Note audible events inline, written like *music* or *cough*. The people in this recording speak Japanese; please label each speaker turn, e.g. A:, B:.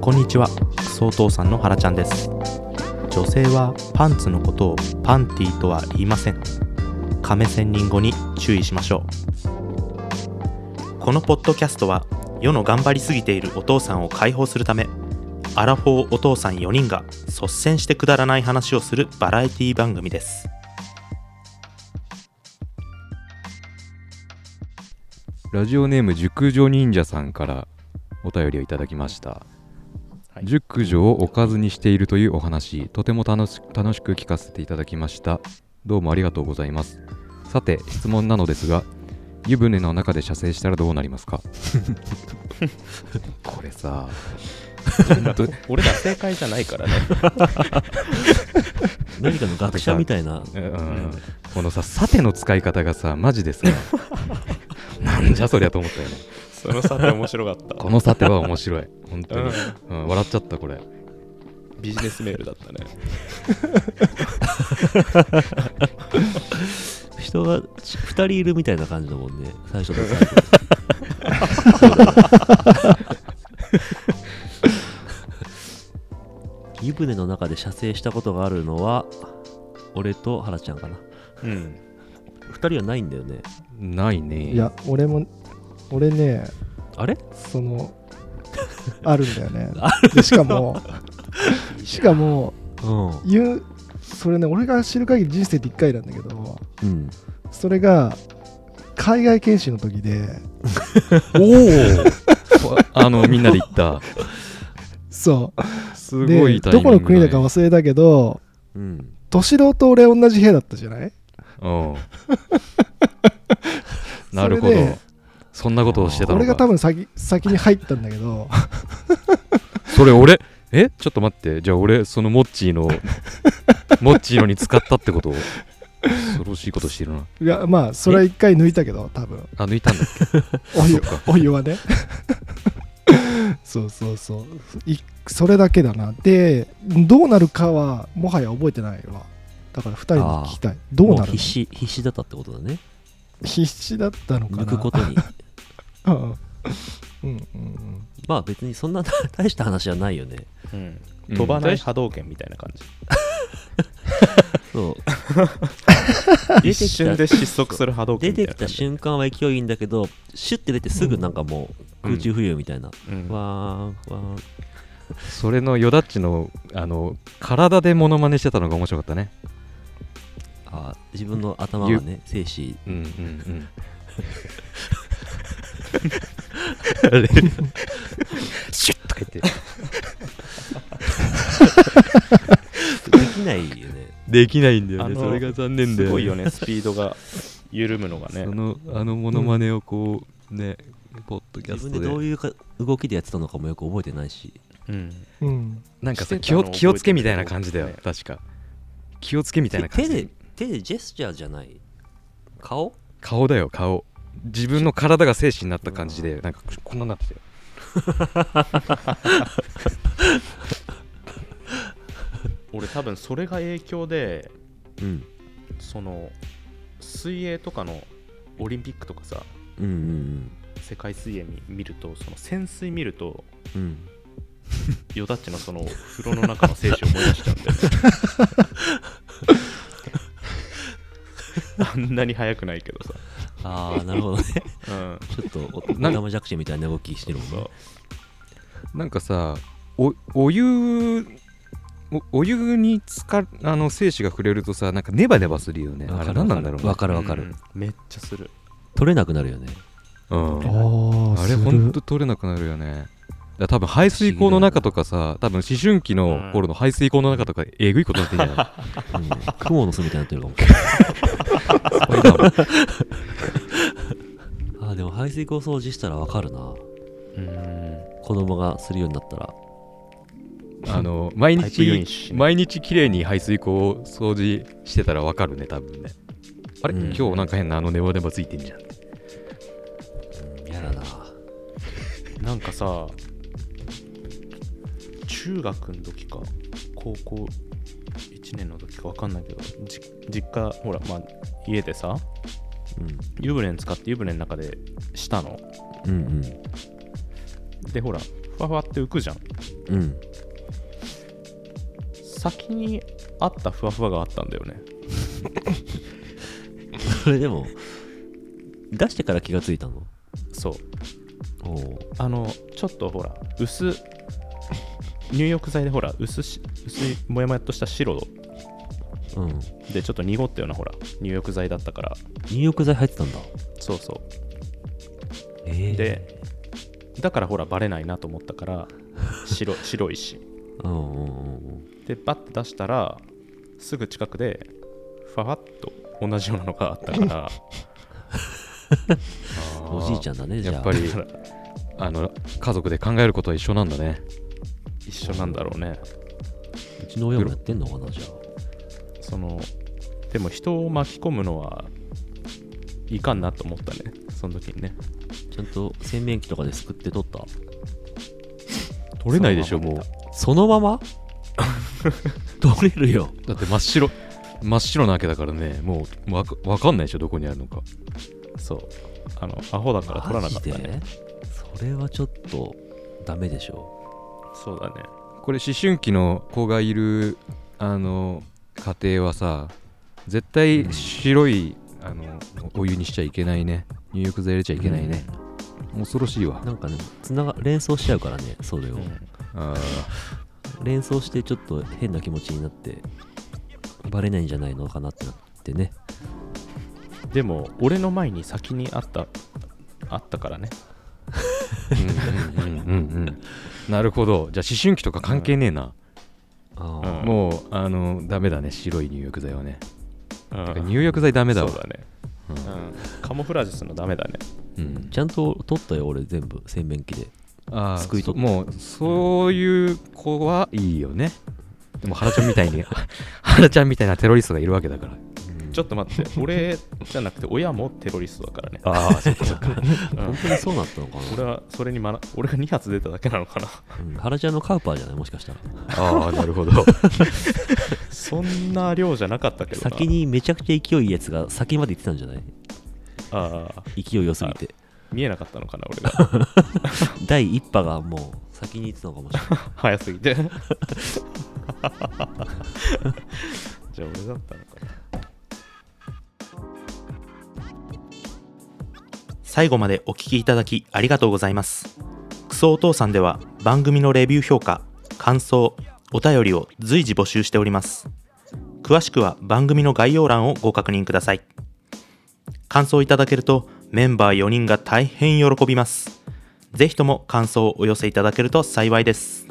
A: こんにちは総統さんの原ちゃんです女性はパンツのことをパンティとは言いません亀仙人語に注意しましょうこのポッドキャストは世の頑張りすぎているお父さんを解放するためアラフォーお父さん4人が率先してくだらない話をするバラエティ番組です
B: ラジオネーム熟女忍者さんからお便りをいただきました、
A: はい
B: 熟女をおかずにしているというお話とても楽し楽しく聞かせていただきましたどうもありがとうございますさて質問なのですが湯船の中で射精したらどうなります *laughs* かこれさ本当
C: 俺ら正解じゃないからね
D: 何かの学者みたいな。
B: うんこのささての使い方がさマジでさ *laughs* なんじゃそりゃと思ったよね
C: その差って面白かっ
B: このさては面白い本当
C: た、う
B: に
C: ん、、
B: うん、笑っちゃったこれ
C: ビジネスメールだったね
D: 人がち二人いるみたいな感じだもんね。最初と最後。湯船の中で射精したことがあるのは、俺と原ちゃんかな。
C: うん
D: 二人はないんだよね。
B: ないね
E: いや、俺も、俺ね、
D: あれ
E: その、あるんだよね。でしかも、しかも、
D: うん。
E: 言う、それね、俺が知る限り人生で1回なんだけど、
D: うん。
E: それが、海外研修の時で、
B: おおあのみんなで行
E: *laughs*
B: った
E: そ
B: す
E: う。
B: ご
E: で、
B: いタイミ
E: ど
B: ング
E: この国だか忘れたけど、
D: うん。
E: 敏郎と俺同じ部屋だったじゃない
B: うんなるほ
E: *laughs* それ
B: ど
E: で
B: そんなことをしてたの
E: 俺が多
B: か
E: 分先先に入ったんだけど、
B: それ俺えちょっと待ってじゃあ俺そのモッチーの
E: *laughs*
B: モッチーのに使ったってこと恐ろしいことしてるない
E: や、まあ、それは1回抜いたけど、多分
B: あ抜いたんだっけ
E: お湯
B: そっ
E: お湯はねそうそうそういそれだけだなでどうなるかはもはや覚えてないわだから2人に聞きたいどうな
D: も
E: る
D: 必死、必死だったってことだね。
E: 必死だったのかな
D: 抜くこと
E: *laughs*
D: に。*laughs*
E: うんうんうんうん
D: まあ別にそんな大した話じゃないよね。
C: うん
B: うん
C: 飛ばない波動拳みたいな感じ、
D: そう。出てきた
C: 一瞬で失速する波動拳
D: 出
C: みたい
D: て
C: な
D: きた瞬間は勢いいいんだけど、シュッて出てすぐなんかもう
B: うん
D: 空中浮遊みたいな。
C: うん
D: わーん、わ
B: それのヨダッチのあの体でモノマネしてたのが面白かったね
D: ーん。あー自分の頭がね、静止。
B: うんうんう
E: *laughs*
B: ん *laughs* シュッとか言って
D: でき *laughs* ないよね。
B: できないんだよね
C: あの
B: それが残念だ
C: す
B: よ
C: ごいよねスピードが緩むのがね
B: そのあのモノマネをこうね、ポッドキャ
D: 自
B: ス
D: 分
B: ト
D: で
B: で
D: どういうか動きでやってたのかもよく覚えてないし。
C: うん
E: うん
B: なんか
C: してた
B: さ
C: の
B: 気を
C: 覚えてる
B: 気をつけみたいな感じだよ、
C: ね
B: 確か気をつけみたいな感
D: 手
B: じ
D: で、手でジェスチャーじゃない。顔
B: 顔だよ顔自分の体が精子になった感じでなんかこんなになってたよ
C: 俺多分それが影響で
D: うん。
C: その水泳とかのオリンピックとかさ
D: うんうん
C: 世界水泳見見るとその潜水見ると
D: うん。うん。
C: ヨダッチのその風呂の中の精子を思い出しちゃうんだよ
D: *laughs*
C: ねあんなに速くないけど
D: ああ、なるほど *laughs* ね。
C: さ、うん、
D: ちょっとお、お
B: なん
D: たまじゃくしみたいな動きしてるもんね。
B: なんかさおお湯おお湯につかあの精子が触れるとさなんかネバネバするよねあれ何なんだろうね
D: わかるわか
C: う
D: る
C: ん。めっちゃする
D: 取れなくなるよね。
B: うん
E: あー
B: あれ
E: する
B: ほんと取れなくなるよね。だから多分排水溝の中とかさ、多分思春期の頃の排水溝の中とかえぐいことになってんじゃない
D: *laughs* うん。雲の巣みたいになってる *laughs* かも。
C: *laughs*
D: あーでも排水溝掃除したらわかるな。
C: うん
D: 子供がするようになったら。
B: あの毎
C: パイプ4
B: 日
C: インチ
B: 毎日綺麗に排水溝を掃除してたらわかるね多分ね。あれ、
D: うん
B: 今日なんか変なあのネバネバついてんじゃん。
D: うん、やだな。
C: なんかさ中学の時か高校1年の時かわかんないけどじ実家ほらまあ家でさ
D: うん。
C: 湯船に使って湯船の中でしたの
D: うんうん。
C: でほらふわふわって浮くじゃん
D: うん。
C: 先にあったふわふわがあったんだよね
D: そ *laughs* れでも、出してから気がついたの
C: そう
D: おお。
C: あのちょっとほら薄入浴剤でほら薄し薄いもやもやっとした白
D: うん。
C: でちょっと濁ったようなほら入浴剤だったから
D: 入浴剤入ってたんだ。
C: そうそ
D: え
C: う
D: え。
C: でだからほらバレないなと思った
B: *laughs*
C: から白白いし
D: うんうんうんうん。
C: でバッて出したらすぐ近くでファファッと同じようなのがあったから
B: *laughs*
D: おじいちゃんだね、じゃあ。
B: やっぱり
C: だから
B: あの家族で考えることは一緒なんだね
C: 一緒なんだろうね
D: うちの親もやってんのかな、じゃあ。
C: そのでも人を巻き込むのはいかんなと思ったねその時にね
D: ちゃんと洗面器とかですくって取った。
B: 取れないでしょ
C: そのま
B: も
C: ま
B: う
D: そのまま取れるよ。
B: だって真っ白真っ白なわけだからねもうわかわかんないでしょどこにあるのか
C: そうあのアホだから取らなかった
D: マジ
C: ね
D: でそれはちょっとダメでしょ
C: そうだね
B: これ思春期の子がいるあの家庭はさ絶対白い、あのお湯にしちゃいけないね入浴剤入れちゃいけないね、恐ろしいわ
D: なんかねつなが連想しちゃうからねそれを、
B: あ
D: 連想してちょっと変な気持ちになってバレないんじゃないのかなってなってね
C: でも俺の前に先にあったあったからね
B: ーうんうんうんうんなるほどじゃあ思春期とか関係ねえな、
D: あ
C: うん
B: もうあのダメだね白い入浴剤はね
C: うん
B: てか入浴剤ダメだわ
C: そうだね、うん、カモフラージュするのダメだね
B: うん
D: ーちゃんと取ったよ俺全部洗面器で
B: ああ
D: すくい取っ
B: もうそういう子はいいよねでも原ちゃんみ
C: *laughs*
B: たいに原ちゃんみたいなテロリストがいるわけだから
C: ちょっと待って俺じゃなくて親もテロリストだからね
B: ああそっかそっか
D: 本当にそうなったのか
C: 俺はそれにまな俺が2発出ただけなのかな
D: な、うん、原ちゃんのカウパーじゃないもしかしたら
B: ああなるほど
C: そんな量じゃなかったけどな
D: 先にめちゃくちゃ勢いいいやつが先まで行ってたんじゃない
C: ああ
D: 勢い良すぎて
C: 見えなかったのかな俺が
D: 第一波がもう先に行ってたのかもしれない
C: 早すぎて *laughs* じゃあ俺だったのかな
A: 最後までお聞きいただきありがとうございますクソお父さんでは番組のレビュー評価感想お便りを随時募集しております詳しくは番組の概要欄をご確認ください感想いただけるとメンバー4人が大変喜びますぜひとも感想をお寄せいただけると幸いです